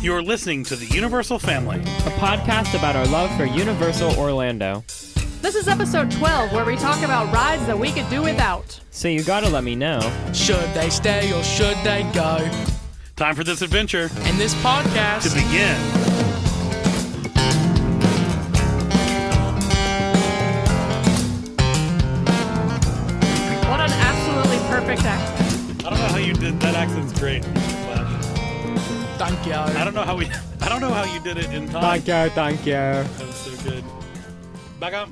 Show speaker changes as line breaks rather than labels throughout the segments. You're listening to the Universal Family.
a podcast about our love for Universal Orlando.
This is episode 12, where we talk about rides that we could do without.
So you gotta let me know.
Should they stay or should they go?
Time for this adventure
And this
to
podcast,
begin.
What an absolutely perfect act.
I don't know how you did that. Accent's great. Flash.
thank you.
I don't know how we. I don't know how you did it in time.
you, thank you.
That was so good. Back up.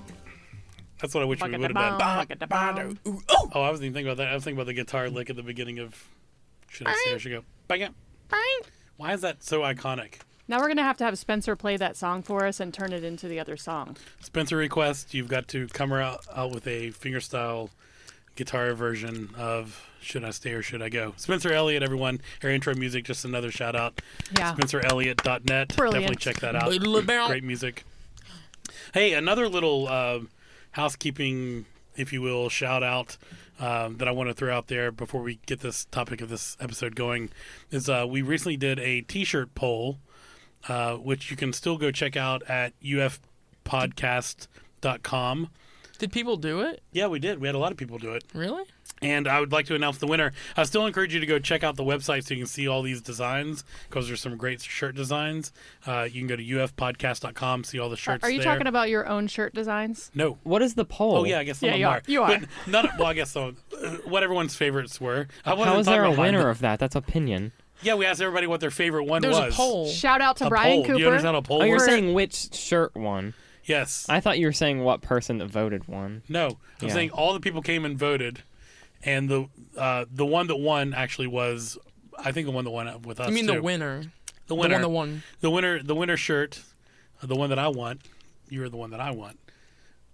That's what I wish we would have done.
Ba-ga-da-bum.
Ooh, oh,
Oh, I wasn't even thinking about that. I was thinking about the guitar lick at the beginning of. Should I say? or Should I go? Back up. Why is that so iconic?
Now we're going to have to have Spencer play that song for us and turn it into the other song.
Spencer request. You've got to come out, out with a fingerstyle guitar version of "Should I Stay or Should I Go." Spencer Elliott, everyone. Her intro music. Just another shout out.
Yeah.
SpencerElliott.net. Definitely
Brilliant.
check that out.
Little bit.
Uh, Great music. Hey, another little um housekeeping, if you will, shout out um, that I want to throw out there before we get this topic of this episode going is uh, we recently did a T-shirt poll, uh, which you can still go check out at ufpodcast.com.
did people do it?
Yeah, we did. We had a lot of people do it.
Really?
And I would like to announce the winner. I still encourage you to go check out the website so you can see all these designs because there's some great shirt designs. Uh, you can go to ufpodcast.com, see all the shirts.
Are you
there.
talking about your own shirt designs?
No.
What is the poll?
Oh yeah, I guess some
Yeah,
of
you
them
are. You are.
But none. Of, well, I guess some. uh, What everyone's favorites were. I wasn't
How is
talking
there a
about mine,
winner of that? That's opinion.
but- Yeah, we asked everybody what their favorite one
There's
was.
a poll.
Shout out to
A
Brian
poll. Do
Cooper.
you understand what a poll
Oh, you're
was?
saying which shirt won?
yes.
I thought you were saying what person that voted won.
No, I'm
Yeah.
saying all the people came and voted, and the uh, the one that won actually was, I think the one that won with us.
You mean
too.
the winner?
The winner.
The one that won.
The winner, the winner shirt, uh, the one that I want. You're the one that I want.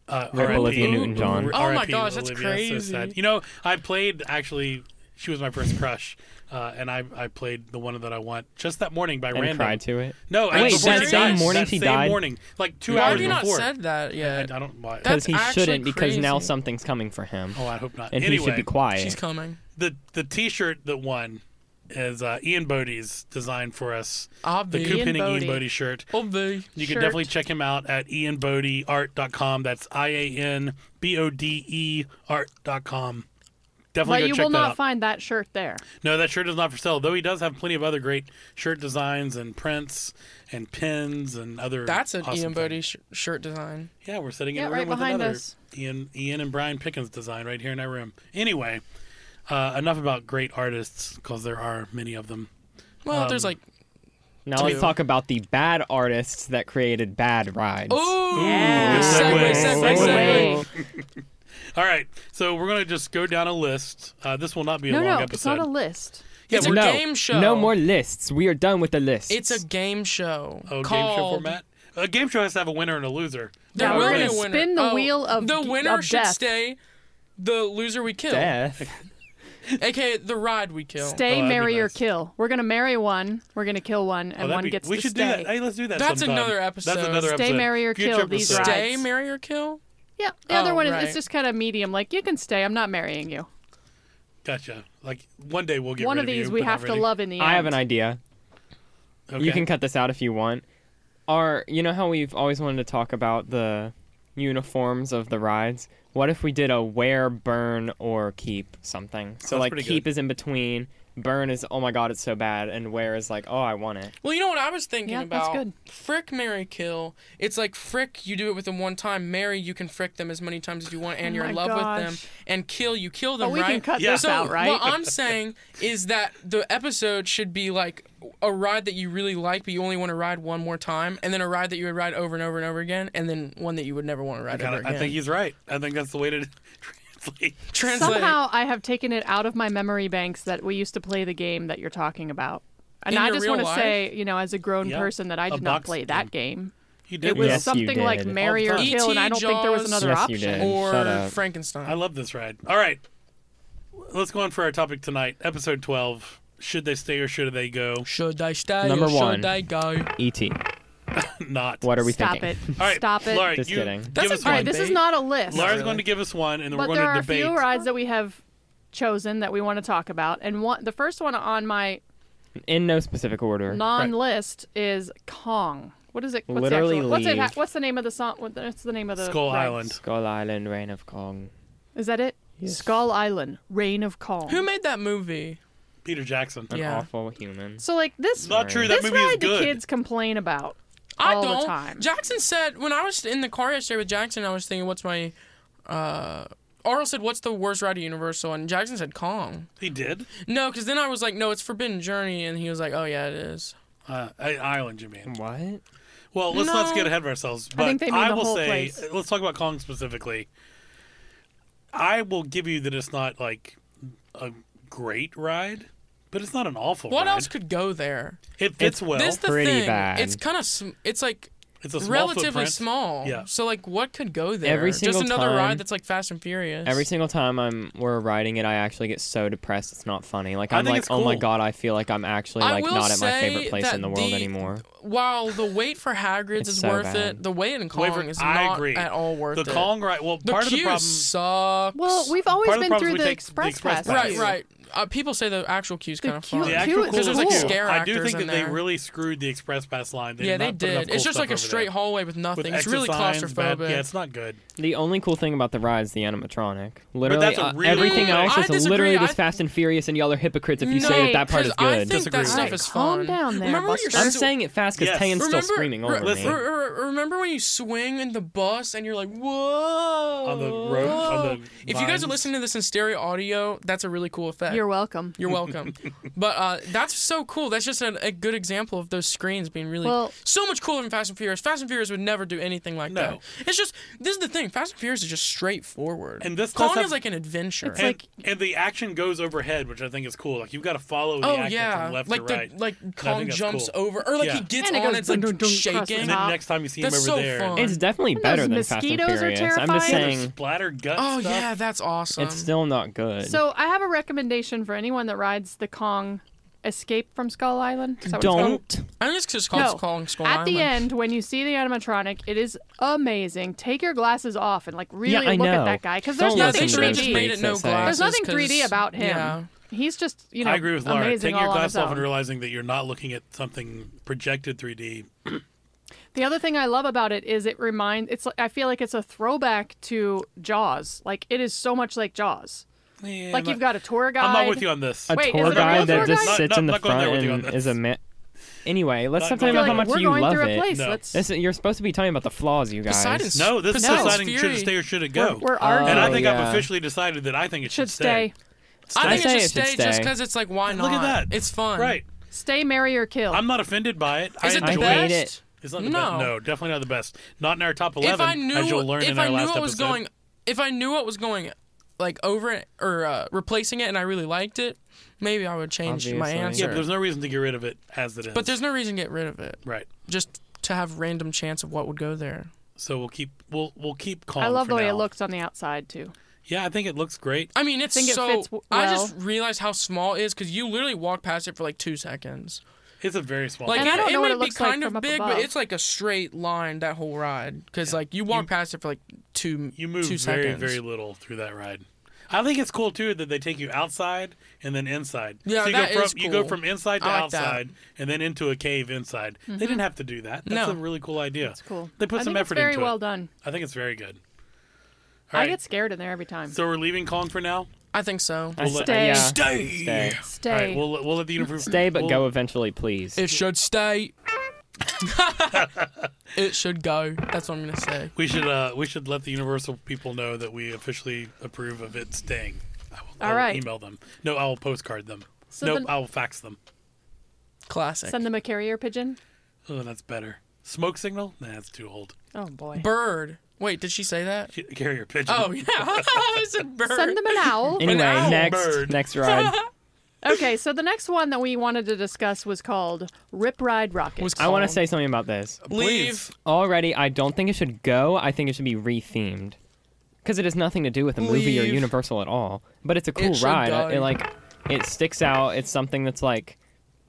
Uh,
Rip
RIP.
Olivia Newton-John.
Oh my
RIP,
gosh, that's
So
crazy.
sad. You know, I played actually. She was my first crush, uh, and I, I played the one that I want just that morning by
And
random.
cried to it.
No, I-
Wait,
before
that
she
same
died.
morning
That
she
same
died?
morning, like two
Why
hours
have you not
before.
said that
I, I
yet?
don't. Why?
Because
That's
he
actually
shouldn't, because now
crazy.
something's coming for him.
oh, I hope not.
and
anyway,
he should be quiet.
She's coming.
the the T-shirt that won is uh, Ian Bodie's design for us. The
Obvi.
Coop
Ian
Henning Ian
Bodie.
Bodie shirt.
Obvi.
You can
Shirt.
definitely check him out at ianbodieart.com. That's I A N B O D E art.com. Definitely
But
go
you
check
will
that
not
out.
find that shirt there.
no, that shirt is not for sale, though he does have plenty of other great shirt designs and prints and pins and other.
That's an
awesome
Ian Bodie
things.
sh- shirt design.
Yeah, we're sitting in
Yeah,
a room
right
with
behind
another
us.
Ian, Ian and Brian Pickens design right here in our room. Anyway, uh, enough about great artists because there are many of them.
Well,
Um,
there's like.
Now let's
Two.
talk about the bad artists that created bad rides.
Ooh!
Yeah.
Good
Segway,
segue.
segway, segway.
Segway.
All right, so we're gonna just go down a list. Uh, this will not be a
No,
long
no,
episode.
it's not a list.
Yeah,
It's a
we're-
no,
game show.
No more lists. We are done with the lists.
It's a game show.
oh, game show
called-
format. A game show has to have a winner and a loser.
There
Yeah,
will
we're
be
gonna
a winner.
spin the
Oh,
wheel of-
the winner
of
should
death.
stay. The loser we kill,
death.
aka the ride we kill.
Oh,
Stay,
that'd be
marry, or
nice.
kill. We're going to marry one, we're going to kill one,
Oh,
and
that'd
one
be-
gets
we
to
should
stay.
do that. Hey, let's do that.
That's
sometime.
another episode.
That's another
Stay,
episode.
marry, or
Future
kill, these
episode.
rides.
Stay, marry, or kill.
Yeah, the other
Oh,
one is
right.
it's just kind of medium. Like you can stay. I'm not marrying you.
Gotcha. Like one day we'll get
one
rid
of these
you,
we
but not
have to
really.
love in the end.
I have an idea.
Okay.
You can cut this out if you want. Are you know how we've always wanted to talk about the uniforms of the rides? What if we did a wear, burn, or keep something? So
That's
like
pretty
keep
good.
is in between, burn is oh my god it's so bad, and wear is like oh I want it.
Well, you know what I was thinking
Yeah, that's
about?
good.
Frick, marry, kill. It's like frick, you do it with them one time. Marry, you can frick them as many times as you want, and
Oh
you're in
my
love with them.
gosh.
And kill, you kill them,
But we
right?
can cut
Yeah.
this
so
out, right?
what I'm saying is that the episode should be like a ride that you really like, but you only want to ride one more time, and then a ride that you would ride over and over and over again, and then one that you would never want to ride
Kinda-
over again.
I think he's right. I think that's the way to translate.
Translate.
Somehow I have taken it out of my memory banks that we used to play the game that you're talking about. And
In
I
your
just
real
want to
life?
say, you know, as a grown
Yeah.
person, that I
A
did not
box
play that game.
You did.
It was
well.
Yes, you
something like
did.
marry or
All the
kill, and I don't think there was
Jaws.
another
Yes, you
option.
did. Shut
Or
up.
Frankenstein.
I love this ride. All right, let's go on for our topic tonight. Episode twelve. Should they stay or should they go?
should I stay?
Number
or
one.
Should I go?
E.T.
Not.
E What are we
Stop
thinking?
it.
All right,
Stop it.
Laura,
Just
you
kidding.
Give
That's a
us
All
one.
right, this is not a list.
Lara's
really.
going to give us one, and then
But
we're
there
going to
are a
debate.
few rides that we have chosen that we want to talk about, and one the first one on my
in no specific order.
Non-list is Kong. What is it? What's
Literally
the actual, what's, it,
leave.
what's the name of the song? What's the name of the
Skull
ride?
Island.
Skull Island, Reign of Kong.
Is that it?
Yes.
Skull Island, Reign of Kong.
Who made that movie?
Peter Jackson.
An
Yeah.
awful human.
so like this.
Not true. That
This
movie is
ride the
good.
kids complain about.
I
all the
don't.
time.
Jackson said when I was in the car yesterday with Jackson, I was thinking, "What's my?" uh Arl said, "What's the worst ride at Universal?" And Jackson said, "Kong."
He did.
No, because then I was like, "No, it's Forbidden Journey," and he was like, "Oh yeah, it is."
Uh, I- Island, you mean?
What?
Well, let's let's
No.
get ahead of ourselves. But I,
think they mean the
will
whole
say,
place.
let's talk about Kong specifically. I will give you that it's not like a great ride, but it's not an awful
What
ride.
else could go there?
It fits well.
this the
pretty
thing.
bad.
It's kind of sm- it's like
it's a small
relatively
footprint.
small.
Yeah.
So like, what could go there?
Every single
Just another
time-
ride that's like Fast and Furious.
Every single time I'm we're riding it, I actually get so depressed. It's not funny. Like
I
I'm
think
like,
it's
oh my
cool.
god, I feel like I'm actually
I
like
will
not at my
say
favorite place
that
in the world
the-
anymore.
While the wait for Hagrid's
It's
is
so
worth
bad.
it, the wait in Kong
Wait for-
is not
I agree.
at all worth
the
it.
Kong ride. Well,
the
part of
queue
the problem.
sucks.
Well, we've always
Part of the
been
problem
through
is we
the
take the
express,
express
pass.
pass.
right, right. Uh, people say the actual queue's
The
kind of
queue-
fun.
the
Yeah,
actual
Cute
cool
is
is
like
cool.
scare
I do
actors
think
in
that they
there.
really screwed the express pass line. They
yeah,
did
they
not put enough
did.
cool
It's just
stuff
like a
over there.
straight hallway with nothing.
With
it's
extra
really
signs, bad-
claustrophobic.
yeah, it's not good.
The only cool thing about the ride is the animatronic. Literally,
that's a
uh,
really-
everything
Mm,
else
I
is
disagree.
literally just
I-
Fast and Furious, and y'all are hypocrites if you
No,
say that that part is
'cause
good.
I think
Disagree.
that stuff
Alright,
is
calm
fun.
down there,
Remember when
Buster.
you're
I'm
so-
saying it fast because
Yes.
Tayan's still
Remember-
screaming
re-
over
listen.
me.
re- re- remember when you swing in the bus and you're like, whoa.
On the road- on the
If you guys
vines.
are listening to this in stereo audio, that's a really cool effect.
You're welcome.
You're welcome. but uh, that's so cool. That's just a, a good example of those screens being really
Well-
so much cooler than Fast and Furious. Fast and Furious would never do anything like
No.
that. It's just this is the thing. Fast and Furious is just straightforward.
And this does
Kong
have-
is like an adventure.
It's
And,
like-
and the action goes overhead, which I think is cool. Like you've got to follow the
oh
action
yeah,
from left
like
to
the
right.
like
I think
Kong
that's
jumps
cool.
over or like
Yeah.
he gets
And it
on
goes
it's like
dun, dun, dun, across the
shaking.
and then
top.
next time you see
That's
him over
so
there,
fun.
It's definitely
And
better
those
than Fast and
mosquitoes are
Furious. I'm just
terrifying.
the
saying,
splatter gut
Oh
stuff.
yeah, that's awesome.
it's still not good.
So I have a recommendation for anyone that rides the Kong Escape from Skull Island. Is that what it's called?
Don't.
I think it's just called
No.
Kong Skull
At the end,
Island.
when you see the animatronic, it is amazing. Take your glasses off and like really
Yeah, I
look
know.
at that guy because there's
Don't
Yeah,
listen
they
nothing
to
should have
those
just made
3D.
it no
freaks that say-
glasses.
There's nothing
'cause-
3D about him.
Yeah.
He's just you know.
I agree with Laura.
Amazing
Take your
all on his
glass off and
own.
realizing that you're not looking at something projected 3D.
The other thing I love about it is it reminds. It's like- I feel like it's a throwback to Jaws. Like it is so much like Jaws. Like you've got a tour guide.
I'm not with you on this.
A
Wait, is
tour
it a real
guide
tour
that just
guide?
sits
Not-
in the
not going there
front
with you
and
on this.
is a ma- Anyway, let's
Not
stop
going there.
talking about how
Like,
much
we're
you
going
love
through a
it.
place.
No.
Let's.
This, you're supposed to be talking about the flaws, you guys.
Poseidon's-
No, this
Poseidon's
deciding should
Fury.
stay or should it
we're,
go.
we're
Uh,
and
arguing.
I think
yeah.
I've officially decided that I think it should,
should stay.
I
I
think
say
it should
it should
stay, just
stay.
because it's like, why not?
Look at that.
It's fun.
Right.
Stay, marry, or kill.
I'm not offended by it.
Is
I
it
enjoy
the
I hate
best?
it.
It's not the
No.
best. No, definitely not the best. Not in our top 11,
If I knew,
as you'll learn
if
in
I
our
knew
last
what was
episode.
going, if I knew what was going, like over it or uh, replacing it, and I really liked it, maybe I would change my
Obviously.
answer.
yeah, but there's no reason to get rid of it as it is.
But there's no reason to get rid of it.
right.
Just to have random chance of what would go there.
So we'll keep we'll we'll keep calm.
I love
for
the way
now.
it looks on the outside too.
Yeah, I think it looks great.
I mean, it's
Think it
so.
fits w-
I just
well.
realized how small it is because you literally walk past it for like two seconds.
It's a very small.
Like
And I
it,
don't
it
know what
might
it looks
be
like
kind
from
of
up
big,
above.
but it's like a straight line that whole ride because like you walk past it for like two.
you move
two
very
seconds.
very little through that ride. I think it's cool too that they take you outside and then inside.
Yeah,
so you
that
go from
is
you go
cool.
from inside to
I like that. Mm-hmm.
outside and then into a cave inside. They didn't have to do that. That's
No.
a really cool idea. That's
Cool.
They put
I
some
think
effort
it's very
into
well
it.
done.
I think it's very good. All
I
right.
get scared in there every time.
so we're leaving Kong for now.
I think so.
I
We'll
say-
let-
Stay.
yeah.
Stay.
Stay.
Stay.
All right, we'll we'll let the universe
Stay, but
we'll-
go eventually, please.
It should stay. it should go. That's what I'm gonna say.
We should uh we should let the Universal people know that we officially approve of it staying. I will, I
All
will
right.
email them. No, I'll postcard them.
So
no,
then-
I'll fax them.
Classic.
Send them a carrier pigeon.
Oh, that's better. Smoke signal? Nah, that's too old.
Oh boy.
bird. Wait, did she say that?
Ca- Carrier pigeon.
Oh yeah, I said bird.
Send them an owl.
anyway,
owl
next
bird.
next ride.
okay, so the next one that we wanted to discuss was called Rip Ride Rocket.
Was-
I want
Song.
to say something about this.
Leave.
Already, I don't think it should go. I think it should be rethemed because it has nothing to do with a movie or
Leave.
Universal at all. But it's a cool
It should
ride.
die.
It like it sticks out. It's something that's like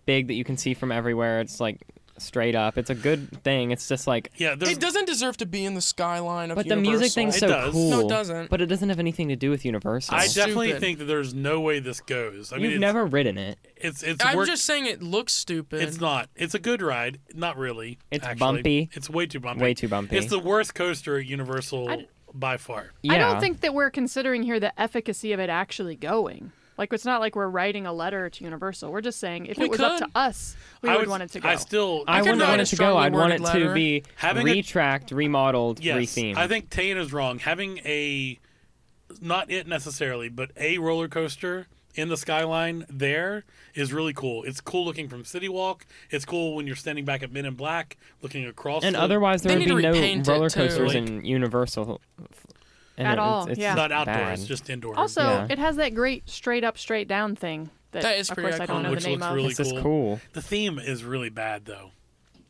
big that you can see from everywhere. It's like straight up. It's a good thing. It's just like.
Yeah, there's
It doesn't deserve to be in the skyline of
But the
Universal.
music thing's
It
so
does.
cool.
No,
it doesn't.
But it doesn't have anything to do with Universal.
I definitely
Stupid.
think that there's no way this goes. I mean,
You've
it's,
never ridden it.
It's it's
I'm
work-
just saying it looks stupid.
It's not. It's a good ride. Not really.
It's
actually.
bumpy.
It's way too bumpy.
Way too bumpy.
It's the worst coaster at Universal
I d-
by far.
yeah.
I don't think that we're considering here the efficacy of it actually going. Like it's not like we're writing a letter to Universal. We're just saying if
We
it was up to
could.
us, we
I
would
was-
want it to go.
I still.
I,
could
wouldn't
write
want
a
it to go. I'd
strongly
want it
worded
to
letter.
be
Having a-
retracked, remodeled,
Yes,
rethemed.
I think Tane is wrong. Having a not it necessarily, but a roller coaster in the skyline there is really cool. It's cool looking from City Walk. It's cool when you're standing back at Men in Black, looking across.
and
the-
otherwise, there
They
would
need
be
to
no
repaint it,
roller
too.
coasters
Like-
in Universal. And
At
it's-
all,
it's
yeah.
just
not outdoors,
bad.
just indoors.
also,
Yeah.
it has that great straight up, straight down thing. That,
That is
of
pretty
course I don't
iconic.
know
Which
the name
looks
of.
really
This is
cool.
cool.
the theme is really bad though.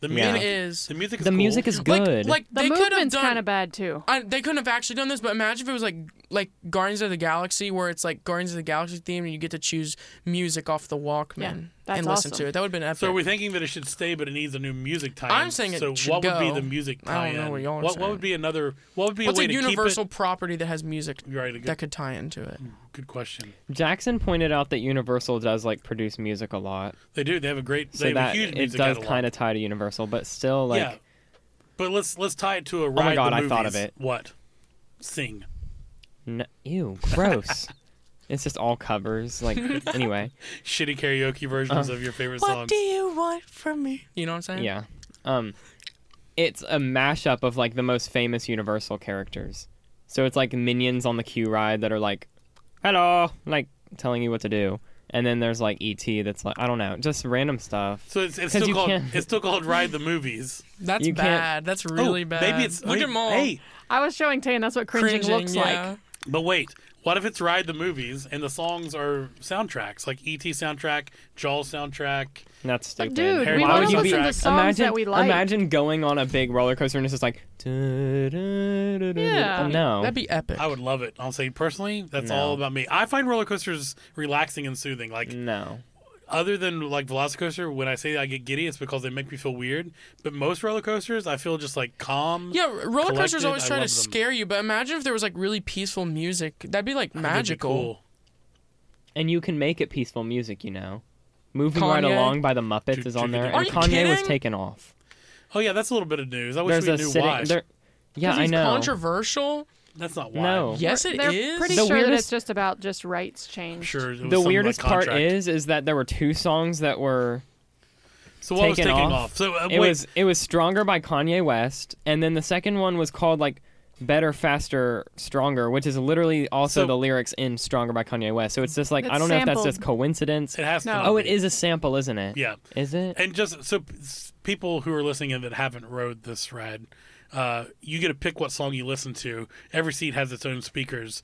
The
Yeah.
music
It is.
The music is
The
cool.
music is good.
Like, like
The
they could have
movement's
done.
kind of bad too.
I, they couldn't have actually done this, but imagine if it was like like Guardians of the Galaxy, where it's like Guardians of the Galaxy theme, and you get to choose music off the Walkman
Yeah, that's
and
awesome.
listen to it. That would have been epic.
So are we thinking that it should stay, but it needs a new music tie?
I'm saying it
so.
should
what would be
go.
the music tie?
I don't know what y'all are
what, what
saying.
would be another? What would be
What's
a
a,
way to
universal property that has music
keep it? Right, a good, Mm.
that could tie into it?
good question.
Jackson pointed out that Universal does like produce music a lot,
They do. They have a great.
so
they have
that
a huge
it
music
does
kind
kind of tie to Universal, but still like Oh
yeah. But let's let's tie it to a ride.
my God,
the
I thought of
movies.
it.
What? Sing.
n- ew, gross. it's just all covers. Like anyway,
Shitty karaoke
Uh,
versions of your favorite
What
songs.
do you want from me? You know what I'm saying?
yeah, um, it's a mashup of like the most famous Universal characters. So it's like minions on the Q ride that are like, "Hello," like telling you what to do, and then there's like ET that's like I don't know, just random stuff.
So it's, it's
'Cause
still
you
called
can't-
it's still called ride the movies.
That's
You can't-
bad. That's really
oh,
bad.
Maybe it's
look
hey,
at Maul.
Hey,
I was showing Tay, and that's what cringing,
cringing
looks
yeah.
like.
but wait. What if it's ride the movies and the songs are soundtracks like ET soundtrack, Jaws soundtrack?
That's
But
stupid.
dude,
Harry
we
Potter
want
would
to
you
listen
be-
to songs
imagine,
that we like.
Imagine going on a big roller coaster and it's just like,
Yeah.
yeah. no.
That'd be epic.
I would love it. I'll say personally, that's
No.
all about me. I find roller coasters relaxing and soothing. Like
no.
other than like Velocicoaster, when I say I get giddy, it's because they make me feel weird. But most roller coasters, I feel just like calm.
yeah, r- roller coasters
Collected,
always
I
try to
love them.
scare you, but imagine if there was like really peaceful music. That'd be like
That'd be
magical.
cool.
And you can make it peaceful music, you know. Moving Right
Kanye?
Along by the Muppets
Dude,
is
dude,
on there,
dude.
Are
and
you
Kanye was
kidding?
taken off.
Oh yeah, that's a little bit of news. I wish
There's
we
a
knew
sitting.
why.
There, yeah,
'Cause
I
he's
know.
Controversial?
That's not why.
no.
Yes, it
They're
is.
pretty
The
sure that it's
weirdest-
just about just rights
I'm
change.
sure. it was
The
some, like,
weirdest part
contract.
is is that there were two songs that were
so what was
taken
taking off.
off.
So uh,
it
wait,
was it was stronger by Kanye West, and then the second one was called like better, faster, stronger, which is literally also
So-
the lyrics in Stronger by Kanye West. So it's just like
It's
I don't know if
sampled.
that's just coincidence.
it has to.
No.
not
Oh, it
be.
is a sample, isn't it?
Yeah.
Is it?
And just so p- s- people who are listening in that haven't rode this ride, uh, you get to pick what song you listen to. Every seat has its own speakers.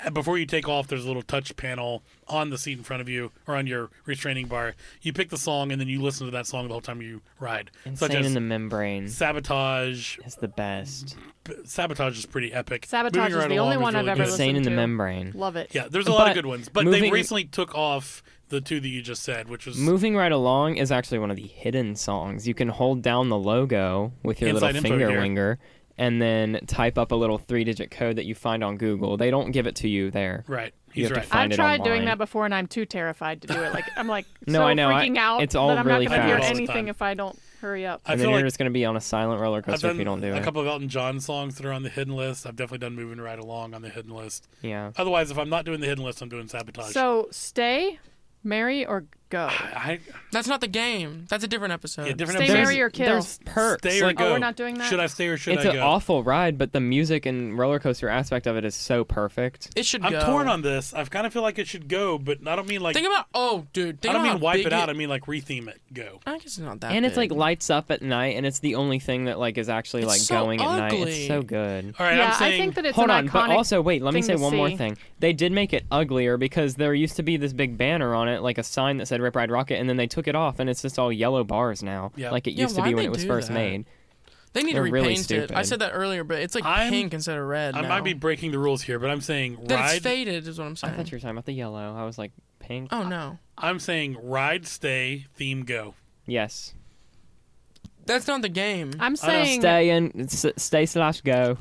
And Before you take off, there's a little touch panel on the seat in front of you or on your restraining bar. You pick the song and then you listen to that song the whole time you ride.
Insane in the membrane
Sabotage.
is the best.
B- Sabotage is pretty epic.
Sabotage
Moving
is
Right
the
Along
only
is
one I've
really
ever
good.
listened
Insane in the
to.
membrane.
Love it.
Yeah, there's a lot of
But
good ones, but they
moving-
recently took off the two that you just said, which was
Moving right along is actually one of the hidden songs. You can hold down the logo with your
Inside
little
info
finger
here.
winger and then type up a little three-digit code that you find on Google. They don't give it to you there.
right.
You
He's
have to
right.
find-
I've
it
tried
online.
doing that before, and I'm too terrified to do it. Like I'm like
No,
so
I know. I-
freaking out
it's all
that I'm
really
not gonna hear
fast. I do it all the
anything
time.
if I don't hurry up.
I
and
feel
then
like
you're just going to be on a silent roller
I've
coaster
done
if you don't do
a
eh? it.
couple of Elton John songs that are on the hidden list. I've definitely done "Moving Right Along" on the hidden list.
yeah.
Otherwise, if I'm not doing the hidden list, I'm doing sabotage.
So stay, marry, or go.
I,
That's not the game. That's a different episode.
yeah, different
Stay
episodes.
marry, or kill.
There's perks.
Stay or
like,
go.
Oh, we're not doing that?
Should I stay or should
it's
I
an
go?
awful ride, but the music and roller coaster aspect of it is so perfect.
It should
I'm
go.
torn on this. I kind of feel like it should go, but I don't mean like
Think about oh, dude.
I
Think
don't
about
mean
how
wipe
big
it out. I mean like retheme it. Go.
I guess it's not that.
and it's
big.
like lights up at night, and it's the only thing that like is actually
It's
like
so
going at night. It's
ugly.
so good.
All right,
yeah,
I'm saying
I think that it's
Hold
an
on,
iconic.
but also wait, let me
thing
say
to
one more
see.
thing. They did make it uglier because there used to be this big banner on it, like a sign that said Rip Ride Rocket, and then they took it off, and it's just all yellow bars now,
Yeah.
like it
Yeah,
used to
why'd
be when
they
it was
do
first
that?
made.
they need to
they're
repaint
really
it. I
stupid.
said that earlier, but it's like
I'm-
pink instead of red.
I
now.
might be breaking the rules here, but I'm saying
that
ride.
it's faded is what I'm
I
saying.
thought you were talking about the yellow. I was like pink.
Uh. Oh no,
I'm saying ride, stay, theme, go.
Yes,
that's not the game.
I'm
I know.
saying
stay in, s- stay slash go.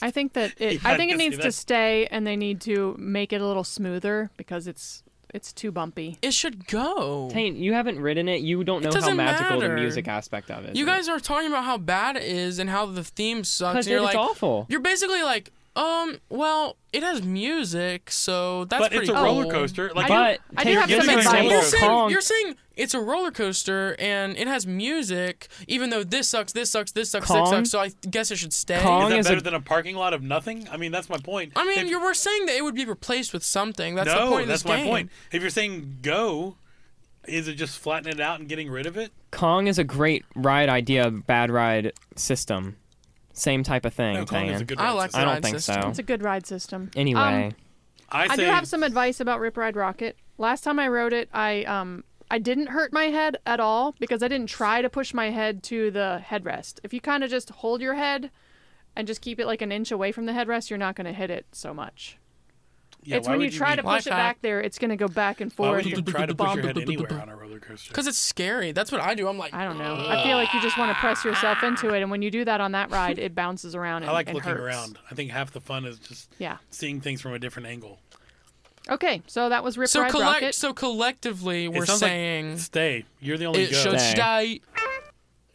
I think that it.
Yeah,
I
I
think it
can see
needs to
that.
stay, and they need to make it a little smoother because it's It's too bumpy.
It should go.
Tane, you haven't ridden it. You don't know how
doesn't
magical
matter.
the music aspect of it.
You guys are talking about how bad it is and how the theme sucks.
because
And you're
it's
like,
awful.
you're basically like, um, well, it has music, so that's
but
pretty
it's a roller
cool.
coaster. Like
but
I do
take
have
for
some
example,
advice.
You're saying,
Kong.
you're saying it's a roller coaster and it has music, even though this sucks, this sucks, this sucks,
Kong?
this sucks. So I guess it should stay.
is
Kong?
that
is a-
better than a parking lot of nothing? I mean, that's my point.
I mean,
If-
you were saying that it would be replaced with something. That's
no,
the point. of
that's
this
my
game.
point. If you're saying go, is it just flattening it out and getting rid of it?
Kong is a great ride idea, bad ride system. Same type of thing.
No, Kong is
Tane.
a good.
I
ride
like
system.
I
ride
don't think
system.
so.
It's a good ride system.
Anyway,
Um,
I,
I
say,
do have some advice about Rip Ride Rocket. Last time I rode it, I um I didn't hurt my head at all because I didn't try to push my head to the headrest. If you kind of just hold your head and just keep it like an inch away from the headrest, you're not going to hit it so much.
Yeah,
it's
why
when you
would
try
be-
to
Why
push it
not?
back there, it's going to go back and
Why
forth.
would you try to push your head anywhere on a roller coaster?
Because it's scary. That's what I do. I'm like,
I don't know. I feel like you just want to press yourself
Ah.
into it, and when you do that on that ride, it bounces around. And,
I like
and
looking
hurts.
around. I think half the fun is just
Yeah.
seeing things from a different angle.
Okay, so that was Rip
so
Ride
collect.
Rocket.
So collectively, we're
it sounds
saying
like uh, stay. You're the only
it
go.
should
Stay.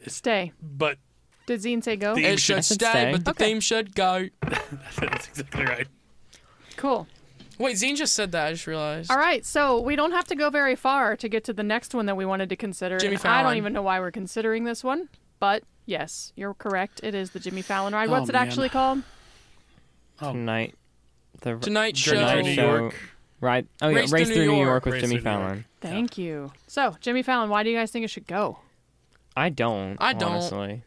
stay.
Stay.
But
Did Zine say go?
The-
It
I
should
said
stay,
stay.
but the
Okay.
theme should go.
that's exactly right.
Cool.
Wait, Zine just said that. I just realized.
All right, so we don't have to go very far to get to the next one that we wanted to consider.
Jimmy
and I don't
Fallon.
even know why we're considering this one, but yes, you're correct. It is the Jimmy Fallon ride.
Oh,
What's it
man.
actually called?
tonight. The r-
Um, Tonight show.
Tonight
New
New
show.
York.
ride. Oh yeah,
Race to
race
New
through New
York.
York with
Race
Jimmy
Through New York.
Fallon.
Thank you. So, Jimmy Fallon, why do you guys think it should go?
I don't.
I don't.
Honestly.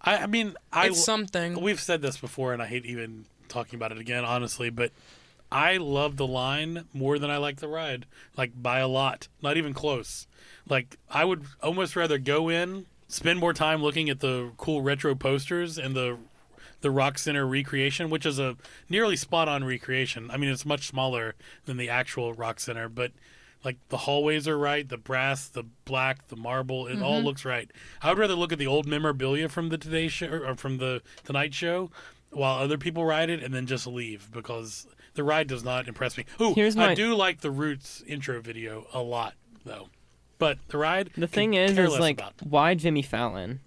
I, I mean, I
It's something.
We've said this before, and I hate even talking about it again, honestly. But I love the line more than I like the ride, like by a lot. Not even close. Like I would almost rather go in, spend more time looking at the cool retro posters and the the Rock Center recreation, which is a nearly spot on recreation. I mean, it's much smaller than the actual Rock Center, but like the hallways are right, the brass, the black, the marble, it
Mm-hmm.
all looks right. I would rather look at the old memorabilia from the Today Show or from the Tonight Show while other people ride it and then just leave because the ride does not impress me. Ooh,
Here's
I
my-
do like the Roots intro video a lot though. But the ride
The
could
thing is,
care
is
less
like,
about.
why Jimmy Fallon?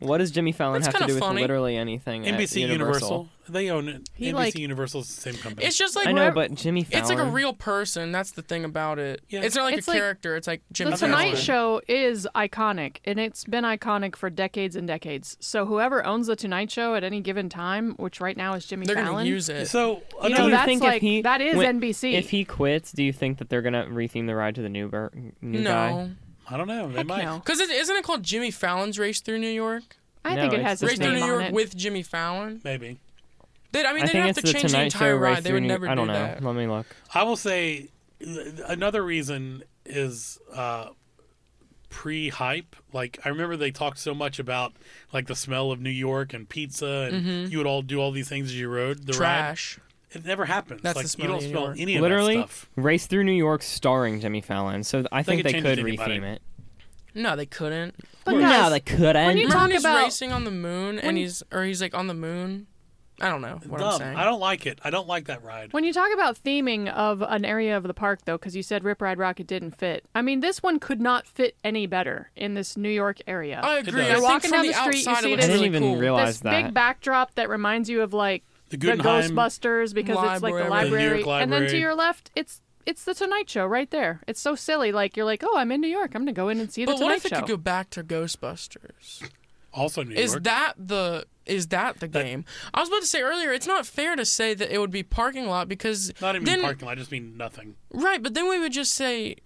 What does Jimmy Fallon
That's
have to
kinda
do
funny.
with literally anything?
NBC
at
Universal. They own it.
He,
NBC
like-
Universal's the same company.
It's just like
I know,
where-
but Jimmy Fallon.
It's like a real person. That's the thing about it.
Yeah.
It's not like
It's
a
like-
character. It's like Jimmy.
The
Fallon.
Tonight Show is iconic, and it's been iconic for decades and decades. So, whoever owns the Tonight Show at any given time, which right now is Jimmy
They're
Fallon,
gonna use it.
so
Do
You know,
you
another-
that's
think
like
if he
that is
when-
NBC.
If he quits, do you think that they're gonna retheme the ride to the new, bur- new guy?
no,
I don't know. They
Heck
might.
no.
because is isn't it called Jimmy Fallon's Race Through New York?
I
No,
think it
it's
has
the
his
Race Through
name
New
on
York
it.
with Jimmy Fallon.
Maybe.
They, I mean,
I think
they don't have
it's
to
the
change the
Tonight
entire
Show race
ride. They
through
would
New.
never
I don't
do
know.
that.
Let me look.
I will say th- another reason is uh, pre-hype. Like I remember they talked so much about like the smell of New York and pizza, and you would all do all these things as you rode the
Mm-hmm. Trash.
ride. It never happens.
That's
like
the
you
smell
don't
of New
smell
York.
any of
Literally,
that stuff.
race through New York, starring Jimmy Fallon. So th- I think
could
they
change
could
it to anybody.
retheme it.
No, they couldn't.
But guys,
couldn't.
you-
Remember when
talk
he's
about-
racing on the moon and he's or he's like on the moon? I don't know what I'm
Dumb.
saying.
I don't like it. I don't like that ride.
When you talk about theming of an area of the park, though, because you said Rip Ride Rocket didn't fit. I mean, this one could not fit any better in this New York area.
I agree.
does.
I
You're
think
walking
from
down the street, you
outside,
see
it
I
this-
looks
didn't
really
even
cool.
realize
this
that.
big backdrop that reminds you of like
The
the
Guggenheim.
Ghostbusters because it's like the
Library.
The New
library.
York
and then to
Library.
your left, it's it's the Tonight Show right there. It's so silly. Like you're like, oh, I'm in New York. I'm gonna go in and see the
But what
Tonight
if it
Show.
could go back to Ghostbusters?
also New
Is
York.
that the is that the game? I was about to say earlier, it's not fair to say that it would be parking lot because
Not even
then
parking lot. I just mean nothing.
right, but then we would just say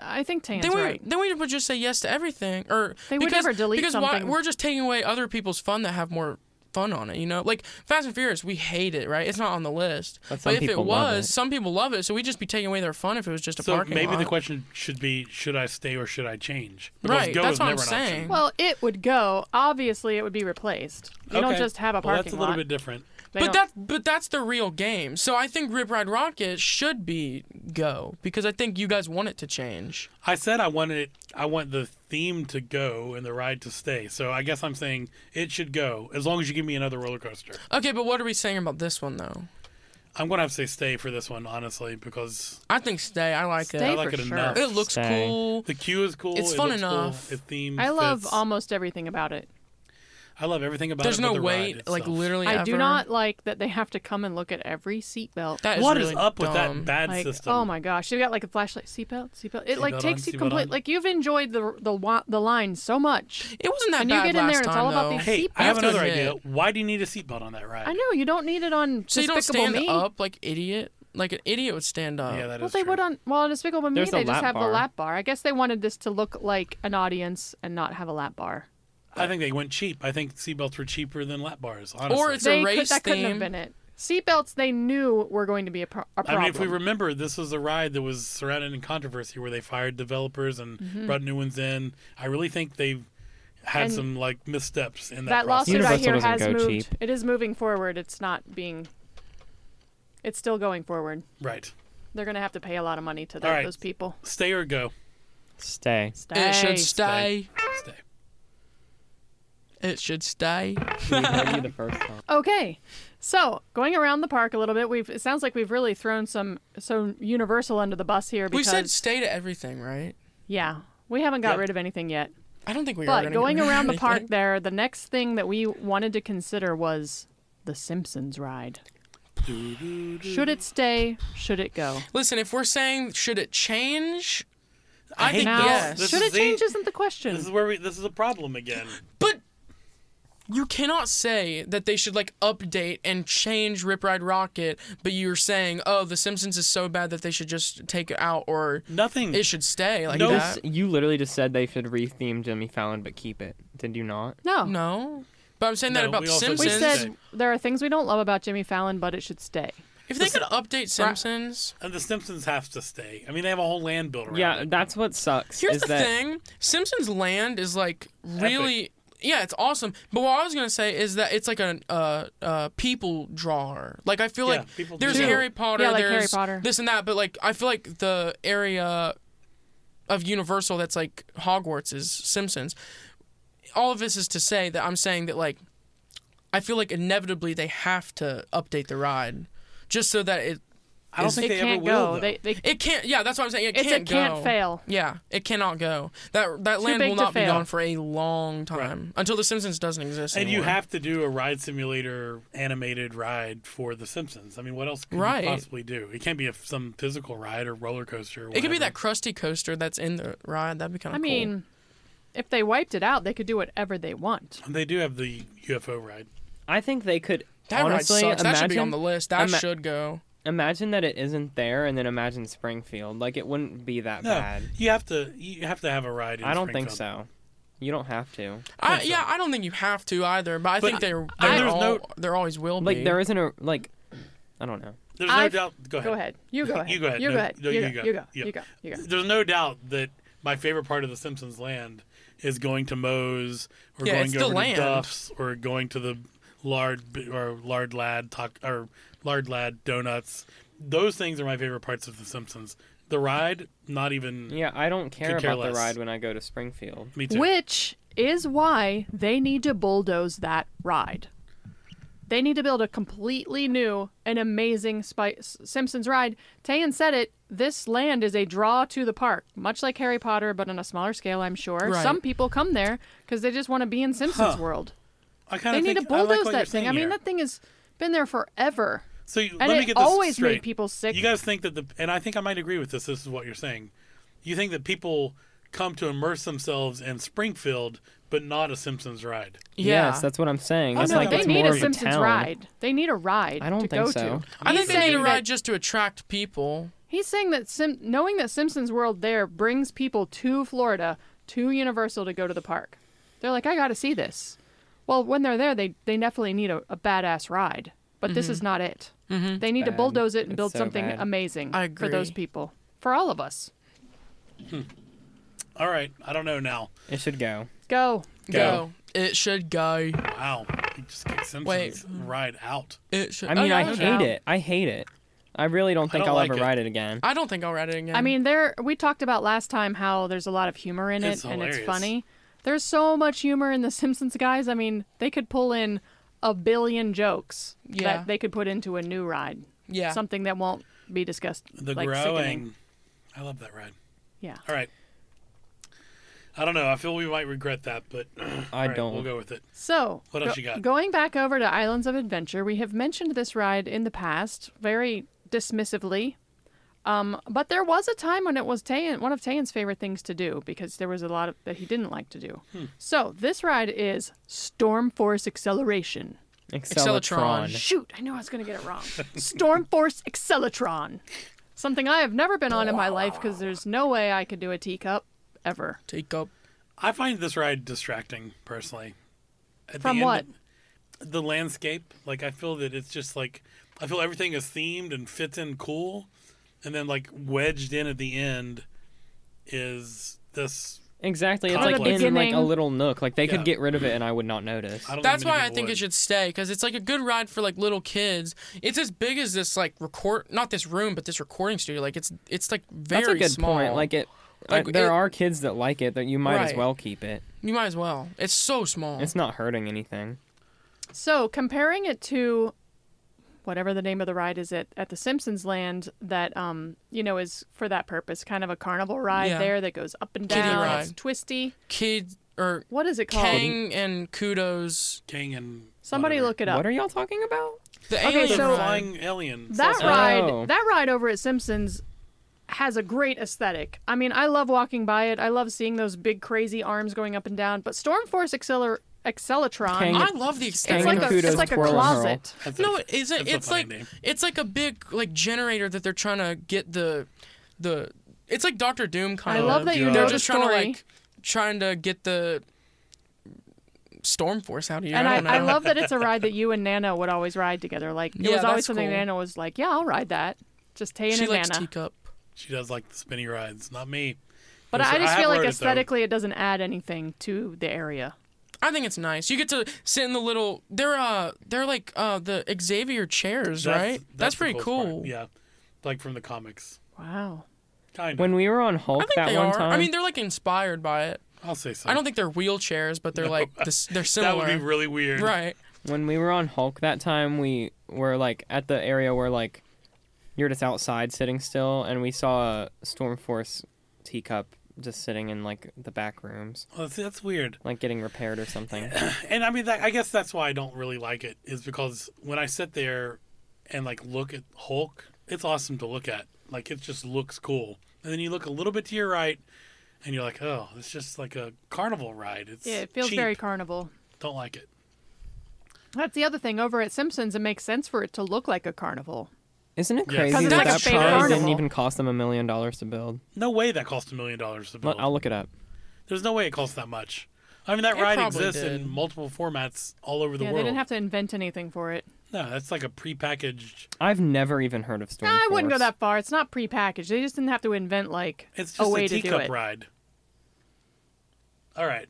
I think Tan's
then we
right.
then we would just say yes to everything or
They would
because,
never delete
because
something.
Why, we're just taking away other people's fun that have more fun on it. You know, like Fast and Furious, we hate it, right? It's not on the list.
But some
if it
people love
was,
it.
some people love it, so we'd just be taking away their fun if it was just a
So
parking
maybe
lot.
the question should be: Should I stay or should I change? Because
right?
go
That's
is
what I'm
never an option.
saying.
Well, it would go. Obviously, it would be replaced. You don't
Okay.
just have a
Well,
parking
that's a little
lot.
bit different.
They
but
don't-
that but that's the real game. So I think Rip Ride Rocket should be go because I think you guys want it to change.
I said I wanted it, I want the theme to go and the ride to stay. So I guess I'm saying it should go as long as you give me another roller coaster.
Okay, but what are we saying about this one though?
I'm gonna have to say stay for this one, honestly, because
I think stay. I like
Stay
I
it.
like
for
it
sure.
enough.
It looks
Stay.
cool.
the queue is cool.
It's
it
fun
looks cool,
enough.
It themes.
I love um,
fits.
almost everything about it.
I love everything about
There's
it.
no
but the ride
wait. Like
itself.
literally,
I do
ever.
not like that they have to come and look at every seatbelt.
That is
What is
really
up with that
dumb.
bad
Like,
system?
oh my gosh, you got like a flashlight seatbelt, seatbelt. It like
Seatbelt
takes
on, seatbelt
you complete.
on.
Like you've enjoyed the the wa- the line so much.
It wasn't that
And you
bad
get in
last
there and it's
time
all about
though.
these-
Hey, I
I
have
have to
another
admit-
idea. Why do you need a seatbelt on that ride?
I know you don't need it on
So you don't
Despicable
stand
Me.
up like idiot. Like an idiot would stand up.
Yeah, that is
Well, they
true.
would uh, on well on Despicable Me.
There's a
they just
lap
have the
bar.
lap bar. I guess they wanted this to look like an audience and not have a lap bar.
I think they went cheap. I think seatbelts were cheaper than lap bars. Honestly,
it's a
they could,
race
that couldn't have
theme.
been it. Seatbelts they knew were going to be a, pro- a
I
problem.
mean, if we remember, this was a ride that was surrounded in controversy where they fired developers and brought new ones in. I really think they've had
Mm-hmm. And
some like missteps in that,
that
process.
lawsuit
Universal
I hear
doesn't
has
go
moved.
cheap.
It is moving forward. It's not being. It's still going forward.
Right.
They're gonna have to pay a lot of money to tho-
All right.
those people.
Stay or go.
Stay.
Stay.
It should stay.
Stay.
It should stay.
We heard you the first time.
Okay, so going around the park a little bit, we've it sounds like we've really thrown some some Universal under the bus here
We
because
said stay to everything, right?
yeah, we haven't got
Yep.
rid of anything yet.
I don't think we are
But going around the park
anything.
there, the next thing that we wanted to consider was the Simpsons ride. Should it stay? Should it go?
Listen, if we're saying should it change,
I
I,
hate
think
this.
Now,
yes.
This
should
is
it change
the-
isn't the question.
This is where we. This is a problem again.
But you cannot say that they should like update and change Rip Ride Rocket, but you're saying, oh, The Simpsons is so bad that they should just take it out or
Nothing.
it should stay like
No.
that.
This- you literally just said they should retheme Jimmy Fallon but keep it. Did you not?
no.
No. But I'm saying that
No,
about
we
The
also
Simpsons.
We
Simpsons.
said there are things we don't love about Jimmy Fallon, but it should stay.
if they could update Simpsons.
and the Simpsons have to stay. I mean, they have a whole land built around.
Yeah,
it.
that's what sucks.
Here's
is
the
that
thing Simpsons Land is like really. Yeah, it's awesome. But what I was gonna say is that it's like a uh, uh, people drawer. Like I feel
Yeah, people
like there's
do.
Harry Potter,
Yeah, like Harry
there's
Potter.
this and that. But like I feel like the area of Universal that's like Hogwarts is Simpsons. All of this is to say that I'm saying that like I feel like inevitably they have to update the ride just so that it
I don't
is-
think
it
they
can't
ever
go.
will. though.
They, they,
it can't. Yeah, that's what I'm saying. It
it's a
can't
can't
go.
fail.
Yeah, it cannot go. That that land
big
will
to
not be
fail.
gone for a long time until The Simpsons doesn't exist.
and you
anymore.
have to do a ride simulator animated ride for The Simpsons. I mean, what else could
Right.
you possibly do? It can't be a, some physical ride or roller coaster. Or
It could be
whatever.
that crusty coaster that's in the ride. That'd be kind
I
of.
mean, if they wiped it out, they could do whatever they want.
They do have the UFO ride.
I think they could
that
honestly
ride sucks.
imagine
that should be on the list. That
ima-
should go.
imagine that it isn't there and then imagine Springfield. Like it wouldn't be that
No,
bad.
you have to. You have to have a ride. In
I don't think
Springfield.
so. You don't have to.
I,
think
yeah, I don't think you have to either, but I think they're,
I-
they're
there's
all,
no-
there always will be.
Like there isn't a like I don't know.
There's no
I've-
doubt. Go ahead.
Go ahead. You go ahead.
You go ahead.
You
No,
go ahead.
no,
you,
you
go.
go.
You go.
Yeah.
You go. You go.
There's no doubt that my favorite part of the Simpsons land is going to Moe's or
Yeah, it's
going
the
over
land.
to Duff's or going to the lard B- or lard lad talk or lard lad donuts. Those things are my favorite parts of the Simpsons. The ride, not even
Yeah, I don't care
Could care
about the
less.
ride when I go to Springfield.
me too.
Which is why they need to bulldoze that ride. They need to build a completely new and amazing Spy- Simpsons ride. Tayan said it. This land is a draw to the park, much like Harry Potter, but on a smaller scale, I'm sure.
Right.
Some people come there because they just want to be in Simpsons World.
I kind
They
of
need to
think, I like
bulldoze
what you're
that thing. I
saying
mean,
here.
that thing has been there forever.
So you,
And
let
it
me get this
always
straight.
made people sick.
You guys think that the and I think I might agree with this. This is what you're saying. You think that people come to immerse themselves in Springfield, but not a Simpsons ride.
yeah.
Yes, that's what I'm saying.
Oh,
That's
no,
like
they
it's
need
more
a
of a
Simpsons
town.
ride. They need a ride.
I don't
to
think
go
so.
To.
I
He's
think they need a
saying
ride
that-
just to attract people.
He's saying that Sim- knowing that Simpsons World there brings people to Florida, to Universal to go to the park. They're like, I got to see this. Well, when they're there, they, they definitely need a, a badass ride. But this
Mm-hmm.
is not it. They need to
Bad.
bulldoze it and
It's
build
so
something
bad.
amazing
I
for those
agree.
people, for all of us.
All right, I don't know now.
It should go.
Go.
Go.
Go. It should go.
Wow, he just kicked Simpsons
Wait.
ride out.
It should.
I mean,
Oh,
I
yeah.
hate
doubt.
it. I hate it. I really don't think
don't
I'll
like
ever
it.
ride it again.
I don't think I'll ride it again.
I mean, there we talked about last time how there's a lot of humor in it
It's
and it's
hilarious.
funny. There's so much humor in the Simpsons guys. I mean, they could pull in a billion jokes
Yeah.
that they could put into a new ride.
Yeah.
something that won't be discussed.
The
like,
growing.
sickening.
I love that ride.
Yeah.
All right. I don't know. I feel we might regret that, but all right,
don't.
We'll go with it.
So,
What else you got?
Going back over to Islands of Adventure, we have mentioned this ride in the past very dismissively. Um, but there was a time when it was Tayan, one of Tayan's favorite things to do because there was a lot of, that he didn't like to do.
Hmm.
So this ride is Storm Force Acceleration.
Acceleratron.
Shoot, I knew I was going to get it wrong. Storm Force Acceleratron. Something I have never been on in my life because there's no way I could do a teacup ever.
Take up.
I find this ride distracting personally. At
From
the end
what?
of- the landscape. Like I feel that it's just like I feel everything is themed and fits in cool, and then like wedged in at the end is this.
Exactly. It's
Kinda
like
like-
in like a
Beginning.
little nook. Like they
Yeah.
could get rid of it and I would not notice.
I don't
That's
even
why I think
would.
it should stay because it's like a good ride for like little kids. It's as big as this like record, not this room, but this recording studio. Like it's it's like very
That's a good
small.
point. Like it.
Like,
I- there
it-
are kids that like it that you might as
Right.
well keep it.
you might as well. It's so small.
It's not hurting anything.
So comparing it to whatever the name of the ride is at, at the Simpsons land that um you know is for that purpose, kind of a carnival ride
Yeah.
there that goes up and
Kiddie
down.
ride.
It's twisty.
Kid or
Oh.
What is it called?
Kang and Kudos.
King and
Somebody
whatever.
look it up.
What are y'all talking about?
The
Okay,
The
alien
so-
ride.
flying alien.
that
Celestial-
ride
Oh.
that ride over at Simpsons has a great aesthetic. I mean, I love walking by it. I love seeing those big crazy arms going up and down. But Stormforce Acceler- Accelatron,
Kang-
I love the
it's
extent.
Kang
like
and
a
of-
Kudos
it's like a
twirl and hurl.
closet.
That's
No,
it.
it isn't.
That's a
It's
funny
like
name.
it's like a big like generator that they're trying to get the the. It's like Doctor Doom kind
I
of.
love that you
God.
know
They're
the
just
story.
trying to like trying to get the storm force out of you.
And
I,
I,
don't know.
I love that it's a ride that you and Nana would always ride together. Like it
Yeah,
was always
that's
something
cool.
Nana was like, "Yeah, I'll ride that." Just Tay
she
and
likes
Nana.
teacup.
She does like the spinny rides, not me.
But
Yes,
I just
have
feel like
rode it, though.
aesthetically, it doesn't add anything to the area.
I think it's nice. You get to sit in the little. They're uh they're like uh the Xavier chairs, right? That's,
the
pretty
coolest
cool.
part. Yeah, like from the comics.
Wow.
Kind of.
When we were on
I
Hulk
think
that
they
one
are.
time.
I mean, they're like inspired by it.
I'll say so.
I don't think they're wheelchairs, but they're
No.
like this, they're
that
similar.
would be really weird.
right.
when we were on Hulk that time, we were like at the area where like you're just outside sitting still, and we saw a storm force teacup just sitting in like the back rooms,
Well, see, that's weird.
like getting repaired or something.
and I mean, that, I guess that's why I don't really like it is because when I sit there and like look at Hulk, it's awesome to look at. Like it just looks cool. And then you look a little bit to your right, and you're like, oh, it's just like a carnival ride. It's
Yeah, it feels
cheap.
very carnival.
Don't like it.
That's the other thing. Over at Simpsons, it makes sense for it to look like a carnival.
Isn't it
Yeah.
crazy
'Cause
that
that's
that
a
probably
carnival.
didn't even cost them a million dollars to build?
No way that cost a million dollars to
Look,
build.
I'll look it up.
There's no way it costs that much. I mean, that
It
ride
probably
exists
did.
in multiple formats all over the
yeah,
world.
they didn't have to invent anything for it.
No, that's like a prepackaged.
I've never even heard of storm.
Nah, I wouldn't go
Force.
that far. It's not prepackaged. They just didn't have to invent like
It's
a
just
way
a
to do
teacup
it.
ride. All right,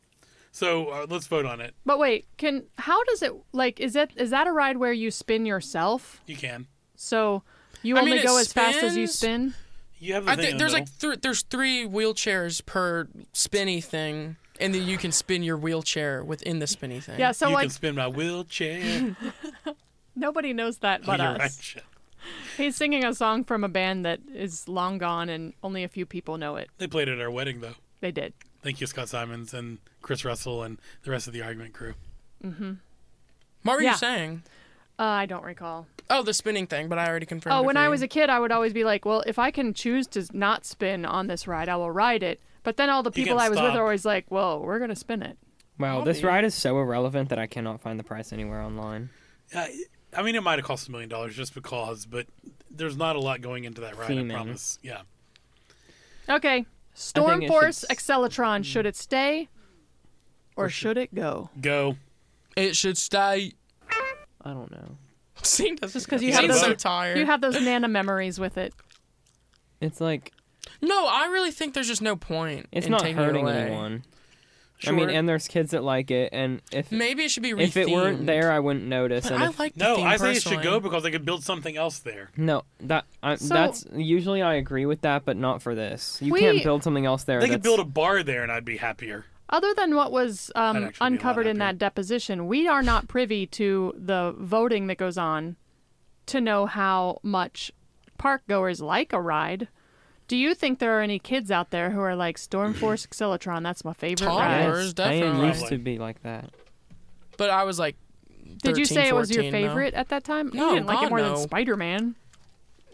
so uh, let's vote on it.
But wait, can how does it like? Is it is that a ride where you spin yourself?
You can.
So you
I
only
mean, it
go as fast as you
spins.
spin.
You have the
I
thing. in
think
the
there's
middle.
like th- there's three wheelchairs per spinny thing, and then you can spin your wheelchair within the spinny thing.
Yeah. So
you
like
can spin my wheelchair.
nobody knows that
Oh,
but
you're
us.
right. Shit.
He's singing a song from a band that is long gone and only a few people know it.
They played at our wedding though.
They did.
Thank you, Scott Simons and Chris Russell and the rest of the argument crew.
What were
Yeah.
you saying?
Uh, I don't recall.
Oh, the spinning thing, but I already confirmed.
Oh,
it
when
for
I
you.
was a kid, I would always be like, well, if I can choose to not spin on this ride, I will ride it. But then all the
You
people
can
I was with
stop.
are always like, well, we're going to spin it.
Wow, this
Hobby.
ride is so irrelevant that I cannot find the price anywhere online.
Uh, I mean, it might have cost a million dollars just because, but there's not a lot going into that ride.
Theming.
I promise. Yeah.
Okay.
think
Storm
it
Force
should s-
Accelatron, should it stay or should it go?
Go.
It should stay.
I don't know.
See, that's just
'cause you
have
so
those-
tired.
You have those Nana memories with it.
It's like
No, I really think there's just no point.
it's
in
not
taking
hurting
it away.
anyone. I mean,
Sure.
and there's kids that like it, and if
Maybe it should be.
if it weren't
rethemed.
there, I wouldn't notice.
but
and
I
if-
like. The
No,
theme
I say it
personally.
should go because they could build something else there.
no, that I,
So-
that's usually I agree with that, but not for this. You
We-
can't build something else there.
They
that's,
could build a bar there, and I'd be happier.
Other than what was
I'd
um,
actually be a lot
uncovered in
happier.
that deposition, we are not privy to the voting that goes on to know how much park goers like a ride. Do you think there are any kids out there who are like Storm Force Xylitron? That's my favorite ride.
Toddlers,
Yes, Diane
definitely.
used to be like that.
But I was like, 13,
Did you say it was your
14, no.
favorite at that time?
No,
you didn't like
God,
it more
no.
than Spider Man.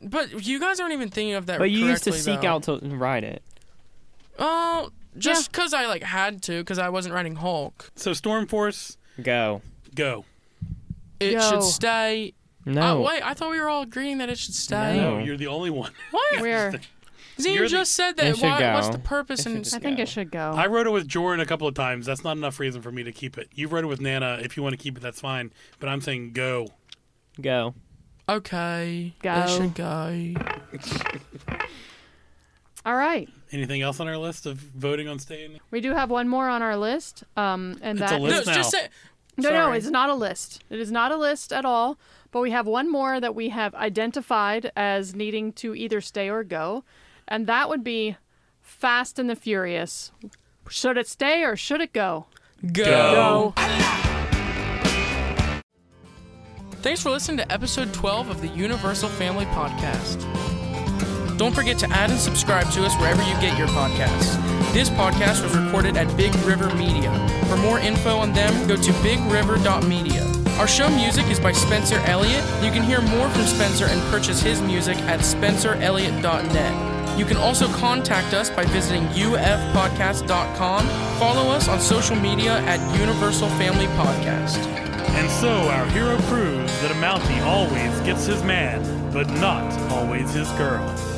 But you guys aren't even thinking of that.
But you used to
correctly,
seek
though.
out to ride it.
Oh, just because I like had to, because I wasn't riding Hulk.
So Stormforce,
Go.
go.
It
Yo.
should stay.
No.
Oh wait, I thought we were all agreeing that it should stay.
No.
No, you're the only one.
What?
Where
Zine
You're the-
just said
It
that.
should
Why, What's
go.
the purpose?
It
And
should
I think
go.
it should go.
I rode it with Jordan a couple of times. That's not enough reason for me to keep it. You've rode it with Nana. If you want to keep it, that's fine. But I'm saying go.
Go.
okay,
Go.
it should go.
All right.
Anything else on our list of voting on staying?
We do have one more on our list. Um, and
It's a
that
list?
No,
now.
just say.
No, no,
Sorry.
it's not a list. It is not a list at all. But we have one more that we have identified as needing to either stay or go, and that would be Fast and the Furious. Should it stay or should it go?
Go.
Go. Thanks for listening to episode 12 of the Universal Family Podcast. Don't forget to add and subscribe to us wherever you get your podcasts. This podcast was recorded at Big River Media. For more info on them, go to bigriver.media. Our show music is by Spencer Elliott. You can hear more from Spencer and purchase his music at spencerelliott.net. You can also contact us by visiting ufpodcast.com. Follow us on social media at Universal Family Podcast.
And so our hero proves that a Mountie always gets his man, but not always his girl.